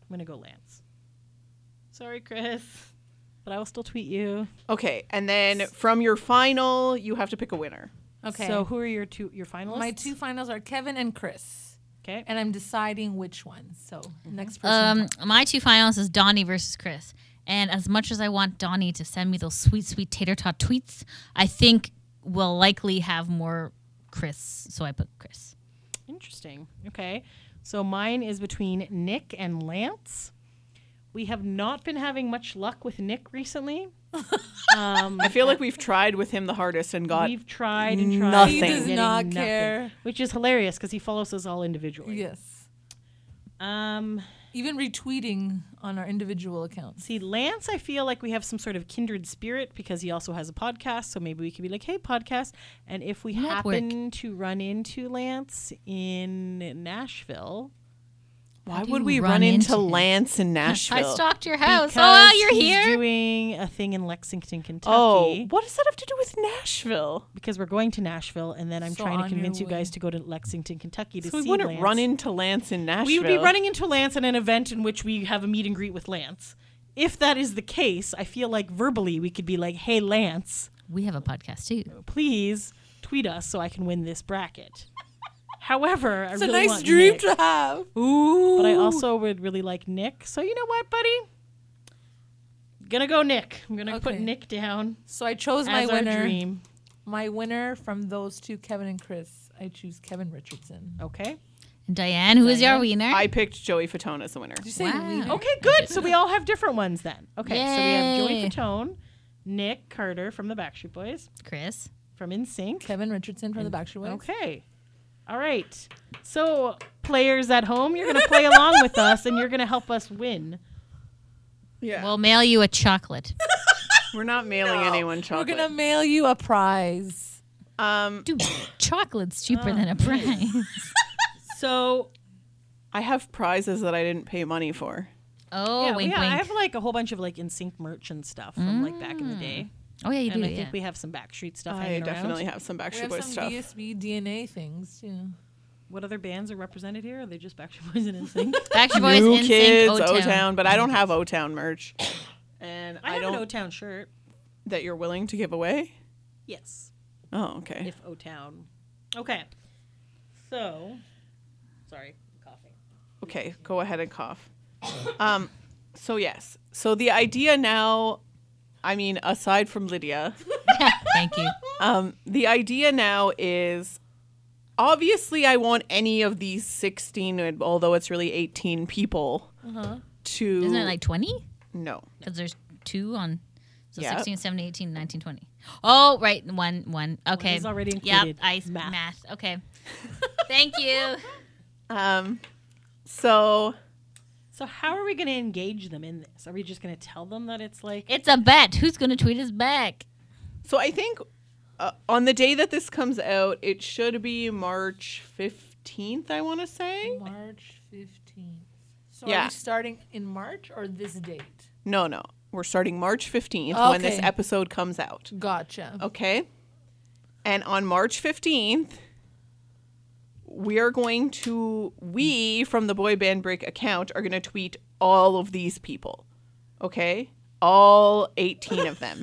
I'm gonna go Lance. Sorry, Chris, but I will still tweet you.
Okay, and then from your final, you have to pick a winner.
Okay.
So who are your two your finalists?
my two finals are Kevin and Chris,
Okay.
and I'm deciding which one. So next person.
Um, my two finals is Donnie versus Chris. And as much as I want Donnie to send me those sweet, sweet tater tot tweets, I think we'll likely have more Chris. So I put Chris.
Interesting. Okay. So mine is between Nick and Lance. We have not been having much luck with Nick recently. Um,
I feel like we've tried with him the hardest and got.
we've tried and tried.
nothing. He
and
does
getting
not
nothing,
care.
Which is hilarious because he follows us all individually.
yes.
Um,
Even retweeting on our individual accounts.
see, Lance, I feel like we have some sort of kindred spirit because he also has a podcast. So maybe we could be like, hey, podcast. And if we
Network.
happen to run into Lance in Nashville,
Why
How do
would
you
we
run
run into
into him?
Lance in Nashville?
I stalked your house.
uh,
because
oh, you're
he's
here.
doing a thing in Lexington, Kentucky.
Oh, what does that have to do with Nashville?
because we're going to Nashville, and then I'm
So
trying to
on your
convince you
way.
guys to go to Lexington, Kentucky to
So we
see
wouldn't
Lance.
run into Lance in Nashville.
we would be running into Lance at an event in which we have a meet and greet with Lance. If that is the case, I feel like verbally we could be like, "Hey, Lance,
We have a podcast too.
please tweet us so I can win this bracket." However, I
It's
really
a nice
want
dream
Nick,
to have.
Ooh.
but I also would really like Nick. So you know what, buddy? Gonna go Nick. I'm gonna put
Okay.
Nick down
So I chose my
as our
winner.
dream.
My winner from those two, Kevin and Chris. I choose Kevin Richardson.
Okay.
And Diane, who is your wiener?
I picked Joey Fatone as the winner.
Did you say
Wow.
winner?
Okay, good. So we all have different ones then. Okay, so we
Yay.
have Joey Fatone, Nick Carter from the Backstreet Boys,
Chris.
from InSync.
Kevin Richardson from the Backstreet Boys.
Okay. All right. So players at home, you're gonna play along with us, and you're gonna help us win.
Yeah.
We'll mail you a chocolate.
We're not mailing anyone
We're
chocolate.
gonna mail you a prize.
um,
Dude, chocolate's
Oh,
cheaper than a prize.
So
I have prizes that I didn't pay money for.
Oh,
yeah,
wink,
we- yeah, I
wink.
have like a whole bunch of like InSync merch and stuff from like back in the day,
oh, yeah, you
and
do.
I think
yeah.
we have some Backstreet stuff.
I
hanging
definitely
Around.
have some
We
Backstreet
have
Boys
some
stuff.
BSB DNA things too.
What other bands are represented here? Are they just Backstreet Boys and InSync?
Backstreet Boys,
New
NSYNC,
Kids,
O-Town.
O Town, but I don't have O Town merch. And
I
I,
have an
don't
O Town shirt.
that you're willing to give away.
Yes.
Oh, okay.
if O Town. Okay. So, sorry, I'm coughing.
Okay, go ahead and cough. Um, so yes. So the idea now, I mean, aside from Lydia,
Thank you.
Um, the idea now is obviously I want any of these 16, and- although it's really 18 people to.
Uh-huh. Isn't it like 20?
No.
Because there's two on. So
Yep.
16, 17, 18, 19, 20. Oh, right. One, one. Okay.
is already
Yep.
included.
I, math.
Math.
Okay. Thank you.
Um, so
So, how are we going to engage them in this? Are we just going to tell them that it's like
It's a bet. Who's going to tweet us back?
so I think uh, on the day that this comes out, it should be March 15th, I want to say.
March fifteenth. So
Yeah.
are we starting in March or this date?
No, no. We're starting March 15th when this
Okay.
episode comes out.
Gotcha.
Okay. And on March 15th, we are going to, we from the Boy Band Break account are going to tweet all of these people. Okay. All 18 of them.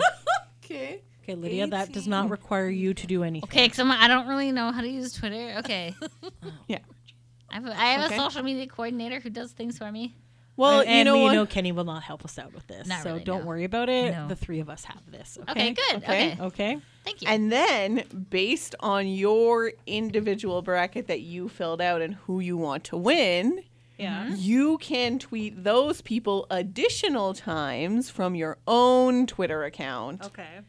Okay.
Okay, Lydia, that does not require you to do anything.
Okay, because I don't really know how to use Twitter. Okay.
yeah.
I have, a, I have
Okay.
a social media coordinator who does things for me.
Well,
and
you know
we
what?
know Kenny will not help us out with this,
Not
so
really,
don't
no.
worry about it.
No.
The three of us have this.
Okay,
Okay,
good.
Okay.
Okay.
Okay.
Thank you.
And then, based on your individual bracket that you filled out and who you want to win,
Yeah.
you can tweet those people additional times from your own Twitter account,
Okay.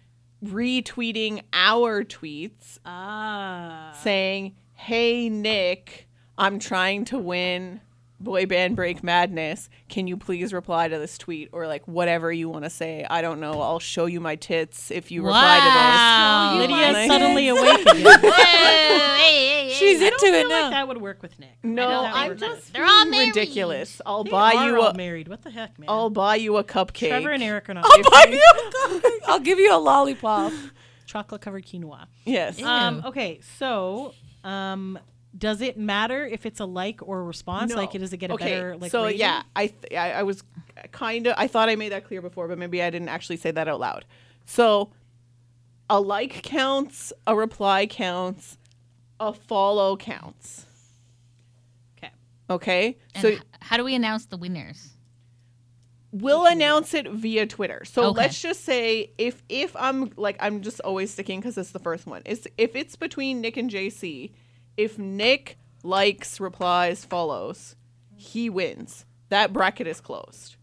retweeting our tweets
Ah.
saying, Hey, Nick, I'm trying to win Boy Band Break Madness. Can you please reply to this tweet? Or like whatever you want to say. I don't know. I'll show you my tits if you reply to this.
wow.
you
Lydia
my
is suddenly awakened.
Whoa, hey, hey, hey.
She's
I
into
don't
it
feel
now.
like that would work with Nick. I
No,
don't think that
I'm
would work.
just
They're all
being
married.
ridiculous. I'll
They
buy
are
you
all
a
married. What the heck, man?
I'll buy you a cupcake.
Trevor and Eric are not.
If you-
I'll give you a lollipop.
chocolate covered quinoa.
Yes.
Um,
Ew.
okay, so um, does it matter if it's a like or a response? Like, does it get a
okay.
better like?
So
rating?
yeah, I, th- I I was kind of I thought I made that clear before, but maybe I didn't actually say that out loud. So a like counts, a reply counts, a follow counts.
Okay.
Okay?
And
so
h- how do we announce the winners?
we'll announce it via Twitter. So
Okay.
let's just say if if I'm like I'm just always sticking because it's the first one. It's if it's between Nick and JC, if Nick likes, replies, follows, he wins. That bracket is closed.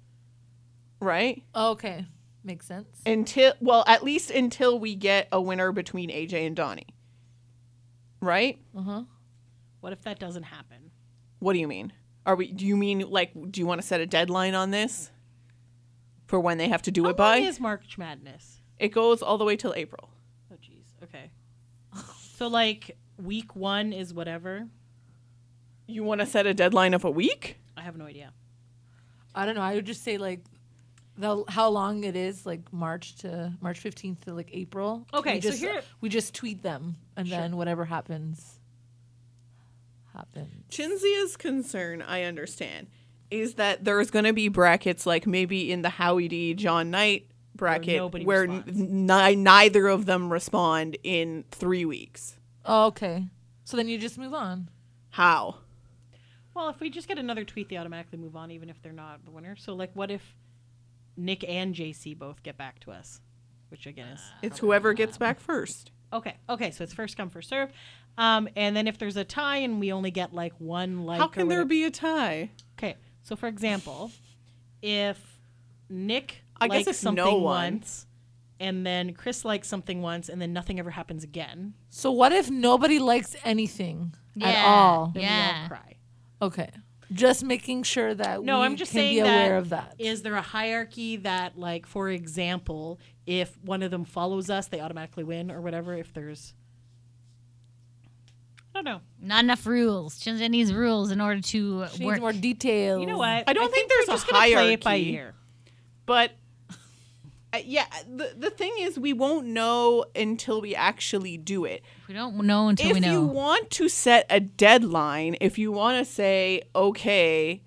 Right?
Okay. Makes sense.
Until well, at least until we get a winner between AJ and Donnie. Right?
Uh huh.
What if that doesn't happen?
What do you mean? Are we do you mean like do you want to set a deadline on this? For when they have to do
How
it by?
long Oh, is March Madness?
it goes all the way till April.
Oh, jeez. Okay. so like week one is whatever.
You want to set a deadline of a week?
I have no idea.
I don't know. I would just say like the how long it is, like March to March fifteenth to like April.
Okay,
we
so
just,
here-
we just tweet them, and
Sure.
then whatever happens, happens.
Chinzia's concern, I understand, is that there's going to be brackets like maybe in the Howie D. John Knight bracket
nobody
where n-
responds.
ni- neither of them respond in three weeks.
Oh, okay, so then you just move on.
How?
Well, if we just get another tweet, they automatically move on, even if they're not the winner. So like, what if Nick and JC both get back to us? Which again is
It's whoever gets back first.
Okay. Okay. So it's first come, first serve. Um, and then if there's a tie and we only get like one like,
How
or
can there
whatever-
be a tie?
Okay. So for example, if Nick
I guess
likes
it's no
something
one.
once, and then Chris likes something once, and then nothing ever happens again,
So what if nobody likes anything
Yeah.
at all?
then we all
Yeah.
cry.
Okay, just making sure that
No,
we
I'm just
can
saying
be aware
that
of that.
Is there a hierarchy that, like, for example, if one of them follows us, they automatically win or whatever? If there's, I don't know.
Not enough rules. Chinzia needs rules in order to uh,
she needs
work.
more details.
You know what?
I don't think
we're
there's a
just gonna Play it by
hierarchy.
ear.
But uh, yeah, the, the thing is, we won't know until we actually do it.
We don't know until we
if
know.
you want to set a deadline, if you want to say, okay,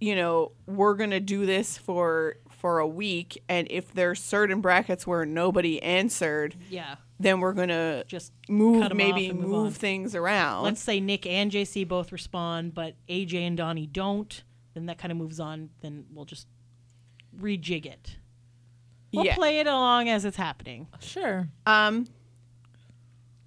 you know, we're gonna do this for for a week, and if there's certain brackets where nobody answered,
Yeah.
then we're gonna
Just cut
move
'em
maybe
off and
move,
move on.
things around.
let's say Nick and JC both respond, but AJ and Donnie don't, then that kind of moves on. Then we'll just rejig it. We'll
yeah.
play it along as it's happening.
Sure.
um.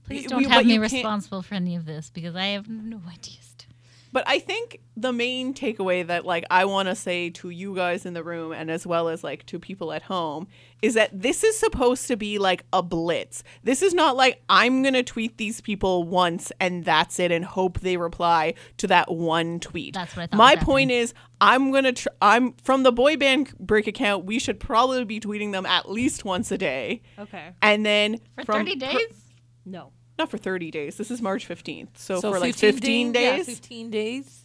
Please
we-
don't
we-
have
but
me
you can't-
responsible for any of this because I have no ideas. to-
But I think the main takeaway that like I want to say to you guys in the room and as well as like to people at home is that this is supposed to be like a blitz. This is not like I'm going to tweet these people once and that's it and hope they reply to that one tweet.
That's what I thought
My
was happening.
point is I'm going to tr- I'm from the boy band break account, we should probably be tweeting them at least once a day.
Okay.
And then
For
from
30
per-
days?
No.
not for 30 days. This is March 15th. So, for like 15
yeah,
days.
fifteen days.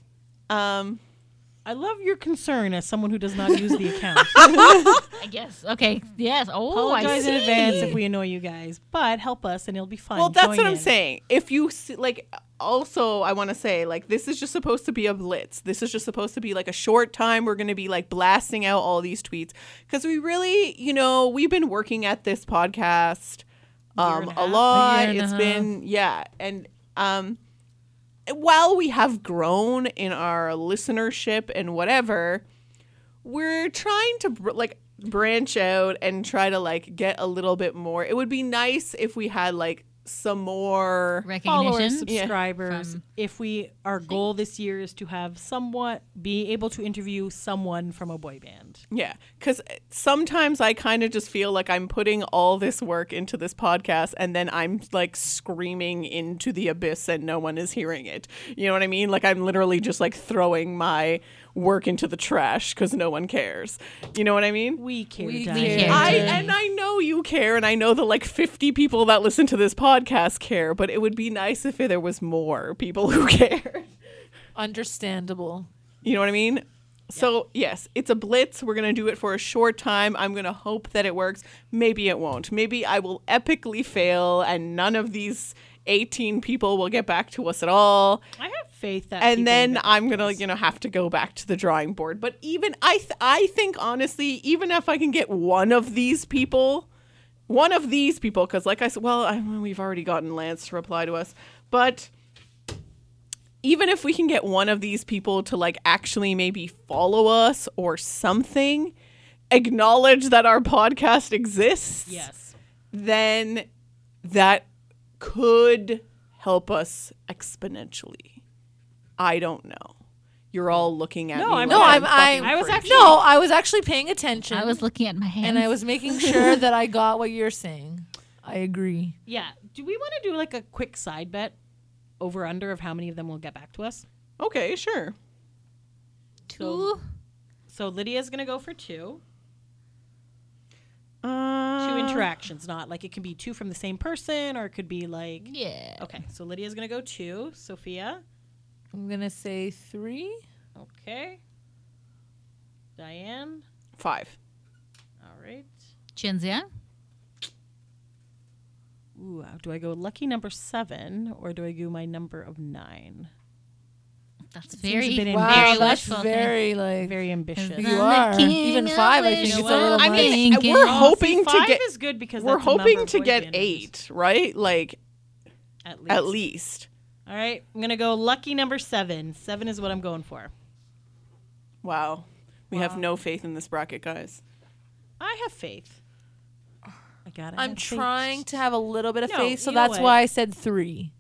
Um,
I love your concern as someone who does not use the account.
I guess. Okay. Yes. Oh, I
Apologize
see.
in advance if we annoy you guys, but help us and it'll be fun.
Well, that's
Join
what I'm
in.
saying. If you see, like, also, I want to say, like, this is just supposed to be a blitz. This is just supposed to be like a short time. We're going to be like blasting out all these tweets because we really, you know, we've been working at this podcast um,
and a
a,
half, a
lot.
year and a
It's
half.
been, yeah. And um, while we have grown in our listenership and whatever, we're trying to br- like branch out and try to like get a little bit more. It would be nice if we had like some more
Followers,
recognition.
Yeah.
subscribers.
From-
If we, our goal this year is to have somewhat be able to interview someone from a boy band.
Yeah, because sometimes I kind of just feel like I'm putting all this work into this podcast and then I'm like screaming into the abyss and no one is hearing it. You know what I mean? Like I'm literally just like throwing my work into the trash because no one cares. You know what I mean?
We care.
We
Diane.
care.
I
Totally.
and I know you care, and I know the like 50 people that listen to this podcast care, but it would be nice if there was more people who care.
Understandable.
You know what I mean? So, yes, it's a blitz. We're going to do it for a short time. I'm going to hope that it works. Maybe it won't. Maybe I will epically fail and none of these 18 people will get back to us at all.
I have faith that. people
And then
get back
I'm
to
going to,
us.
you know, have to go back to the drawing board. But even I th- I think honestly, even if I can get one of these people, one of these people cuz like I said, well, I, we've already gotten Lance to reply to us, but even if we can get one of these people to like actually maybe follow us or something, acknowledge that our podcast exists,
Yes.
then that could help us exponentially. I don't know. You're all looking at
No,
me.
I'm
like
No, I'm.
fucking
I,
I was
crazy.
actually-
no. I was actually paying attention.
I was looking at my hands.
and I was making sure that I got what you're saying. I agree.
Yeah. Do we want to do like a quick side bet, over under of how many of them will get back to us?
okay. Sure.
two.
So Lydia's gonna go for two, two
Uh,
interactions. Not like it can be two from the same person, or it could be like.
Yeah.
Okay, so Lydia's gonna go two. Sophia.
I'm gonna say three.
Okay. Diane.
Five.
All right.
Chinzian.
Ooh, uh, do I go lucky number seven or do I go my number of nine?
That's
seems a
very,
bit
very
ambitious.
Wow, that's
wishful
very like.
Very ambitious.
You are. Even five, I think
it's a
little
I mean,
much. We're
Oh,
hoping
see,
to
five
get-
is good because
We're
that's a number
hoping
of
to
boy
get
band members,
eight, right? Like
at least.
at least.
All right, I'm gonna go lucky number seven. Seven is what I'm going for.
Wow. We have
Wow.
no faith in this bracket, guys.
I have faith. I got it.
I'm trying to have a little bit of
No,
faith, so
you know
that's
what?
why I said three.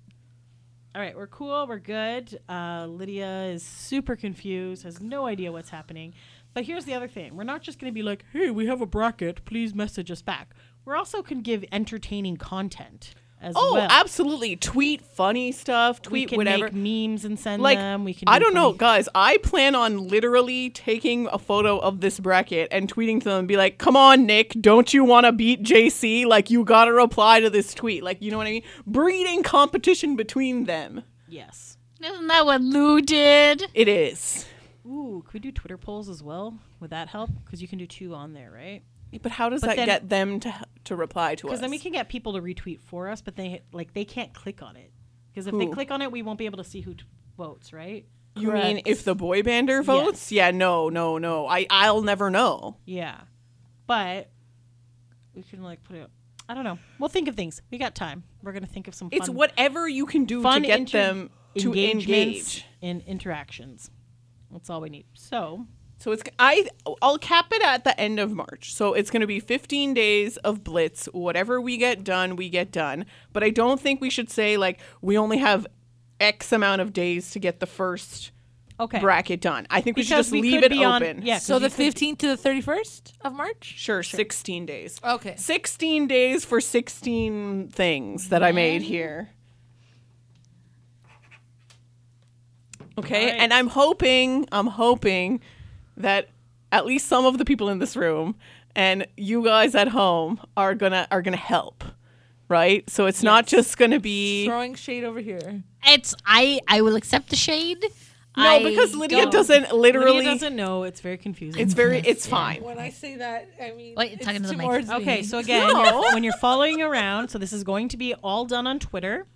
All right, we're cool. We're good. Uh, Lydia is super confused, has no idea what's happening. But here's the other thing we're not just going to be like, hey, we have a bracket. Please message us back. We're also can give entertaining content as
Oh,
well.
absolutely. Tweet funny stuff.
We
Tweet
can
whatever.
make memes and send
like
them. We can.
I
do
don't know,
funny-
guys. I plan on literally taking a photo of this bracket and tweeting to them and be like, "Come on, Nick, don't you want to beat JC? Like you got to reply to this tweet. Like you know what I mean? Breeding competition between them.
Yes.
Isn't that what Lou did?
It is.
Ooh, could we do Twitter polls as well? Would that help? Because you can do two on there, right?
But how does
But
that
then-
get them to to reply to us?
Because then we can get people to retweet for us, but they like they can't click on it. Because if they
Who?
click on it, we won't be able to see who t- votes, right?
you mean
Correct.
if the boy bander votes? Yeah, no, no, no. I I'll never know.
Yeah. But we can like put it I don't know. We'll think of things. We got time. We're gonna think of some
It's
fun,
whatever you can do
fun
to get
inter-
them to
engagements
engage.
and interactions. That's all we need. So
So it's I I'll cap it at the end of March. So it's going to be 15 days of blitz. Whatever we get done, we get done. But I don't think we should say like we only have X amount of days to get the first
okay.
bracket done. I think we should
Because
just
we
leave
could
it
be on-
open.
yeah. 'cause
So
you
the
could-
15th to the 31st of March.
Sure, 16 days.
Okay.
16 days for 16 things that I made here. Okay,
Alright.
and I'm hoping, I'm hoping that at least some of the people in this room and you guys at home are gonna are gonna help, right? So it's not just gonna be
Throwing shade over here.
It's I. I will accept the shade.
No,
I
because Lydia
don't-
doesn't literally.
Lydia doesn't know. It's very confusing.
it's very. It's fine.
When I say that, I mean
Wait,
it's
talking to the mic.
towards
Okay,
me.
so again,
No.
when you're following around, so this is going to be all done on Twitter.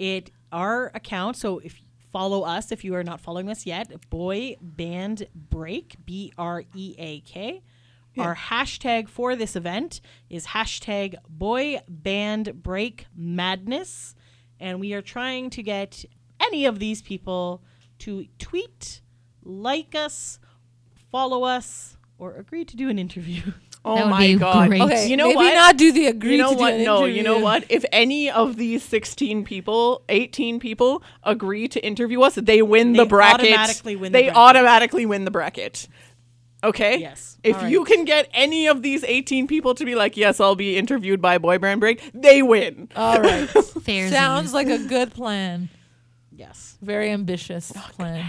It our account. So if follow us, if you are not following us yet, boy band break b r e a k. Our hashtag for this event is hashtag boy band break madness, and we are trying to get any of these people to tweet, like us, follow us, or agree to do an interview.
Oh
That would
my
be
god.
great.
okay,
You know
maybe
what?
not do the agree
You know
to do
what?
an
No, you
interview.
know what? If any of these 16 people, 18 people agree to interview us, they win
They
the bracket.
automatically win the
they
bracket.
automatically win the bracket. Okay?
Yes.
If
All right.
you can get any of these 18 people to be like, "Yes, I'll be interviewed by Boy Brand Break," they win.
All right.
Fair
Sounds like a good plan.
Yes.
Very ambitious plan.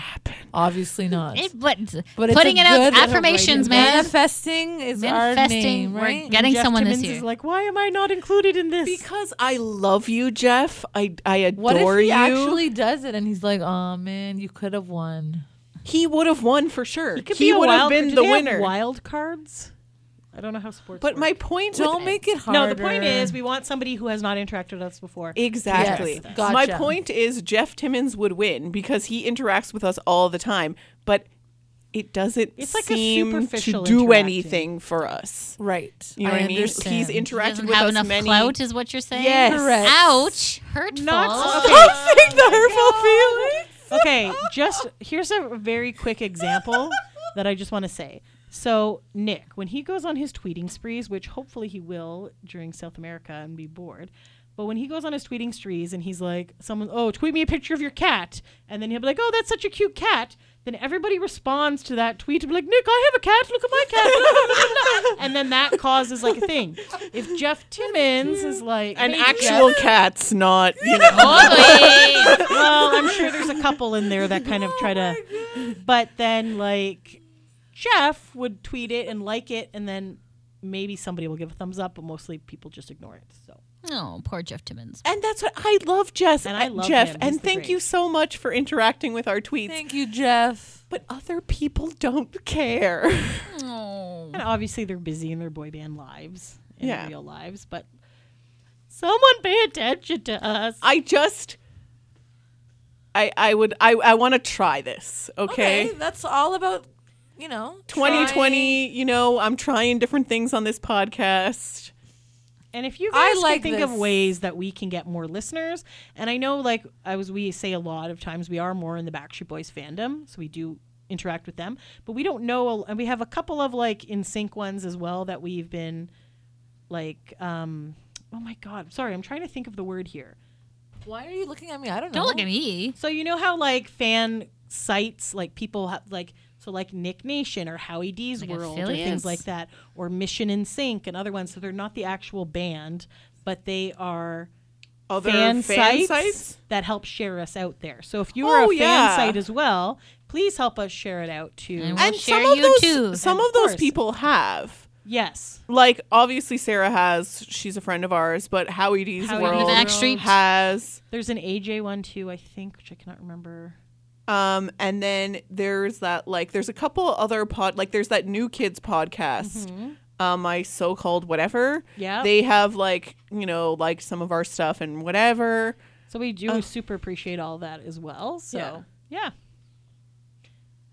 Obviously not.
It, but,
but it's
putting
a
it out
good-
affirmations, man.
Manifesting is our
Manifesting.
name,
We're
right?
getting
Jeff
someone
Timmons
this
is
year.
like, why am I not included in this?
Because I love you, Jeff. I I adore
what if he
you.
actually does it and he's like, "Oh man, you could have won."
he would have won for sure.
It could
he
be a
would have
wild-
been
do
the
they have
winner.
wild cards. I don't know how sports.
But
work.
my point with
Don't make it hard.
no, the point is, we want somebody who has not interacted with us before.
Exactly.
Yes, gotcha.
My point is Jeff Timmons would win because he interacts with us all the time, but it doesn't
It's like a
seem to
superficial
do
interacting.
anything for us.
right.
You know
I
what I mean?
understand.
He's
He
interacted
doesn't
with
have
us
enough
many.
clout, is what you're saying.
Yes.
Correct.
Ouch. Hurtful. Oh,
Not-
Stop saying the hurtful feelings.
okay, just here's a very quick example that I just want to say. So Nick, when he goes on his tweeting sprees, which hopefully he will during South America and be bored, but when he goes on his tweeting sprees and he's like, someone, oh, tweet me a picture of your cat, and then he'll be like, oh, that's such a cute cat. Then everybody responds to that tweet and be like, Nick, I have a cat. Look at my cat. and then that causes like a thing. If Jeff Timmons is like
And
"Hey,
actual cats, not you know.
Oh, wait.
well, I'm sure there's a couple in there that kind of try to. But then, like, Jeff would tweet it and like it, and then maybe somebody will give a thumbs up, but mostly people just ignore it. So
oh, poor Jeff Timmons.
And that's what I love, Jess.
And I love
Jeff.
him. He's
And
the
thank
great.
you so much for interacting with our tweets.
Thank you, Jeff.
but other people don't care.
Oh.
and obviously they're busy in their boy band lives, in
Yeah.
their real lives, but someone pay attention to us.
I just I I would I I want to try this, okay?
that's all about, you know,
2020, you know, I'm trying different things on this podcast.
And if you guys
I
can
like
think of
this.
ways that we can get more listeners, and I know like I was we say a lot of times we are more in the Backstreet Boys fandom, so we do interact with them, but we don't know, and we have a couple of like in sync ones as well that we've been like, um, oh my god, sorry, I'm trying to think of the word here.
Why are you looking at me? I don't know.
Don't look at me.
So you know how like fan sites like people have like so like Nick Nation or Howie D's
Like
World or
affiliates?
things like that or Mission in Sync and other ones. So they're not the actual band, but they are
Other
fan, sites,
sites?
that help share us out there. So if you are
Oh,
a fan
yeah.
site as well, please help us share it out too.
And- We'll share you
those
too.
some
Of
of those
course.
people have.
yes.
Like obviously Sarah has, she's a friend of ours, but Howie D's
Howie
world
D's Backstreet.
has
There's an AJ one too, I think, which I cannot remember.
um and then there's that like there's a couple other pod like there's that new kids podcast. Um, my so-called whatever.
Mm-hmm. Yep.
They have like, you know, like some of our stuff and whatever.
So we do super appreciate all that as well. So yeah.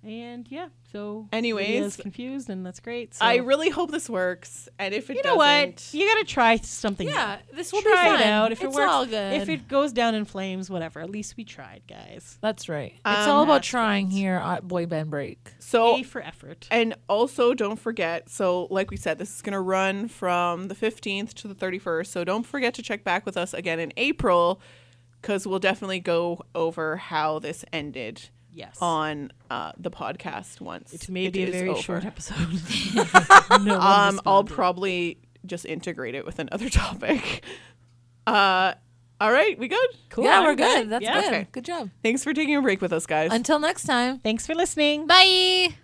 And yeah, so
Anyways.
is confused and that's great. So
I really hope this works. And if it
you know
doesn't,
what? You gotta try something.
Yeah,
new.
this will
try
be fun.
it out. If
it's
it works,
all good.
if it goes down in flames, whatever. At least we tried, guys.
that's right.
Um,
it's all about
that's
trying here at Boy Band Break.
so
A for effort.
Oh. And also, don't forget. So, like we said, this is going to run from the 15th to the 31st. So, don't forget to check back with us again in April because we'll definitely go over how this ended
Yes.
on uh, the podcast once.
It's maybe
it
a
is
very
over.
short episode. no,
Um, I'll probably just integrate it with another topic. Uh, all right, we good?
cool.
yeah, we're good. That's
Yeah.
good.
Okay.
Good job.
Thanks for taking a break with us, guys.
Until next time.
Thanks for listening.
Bye.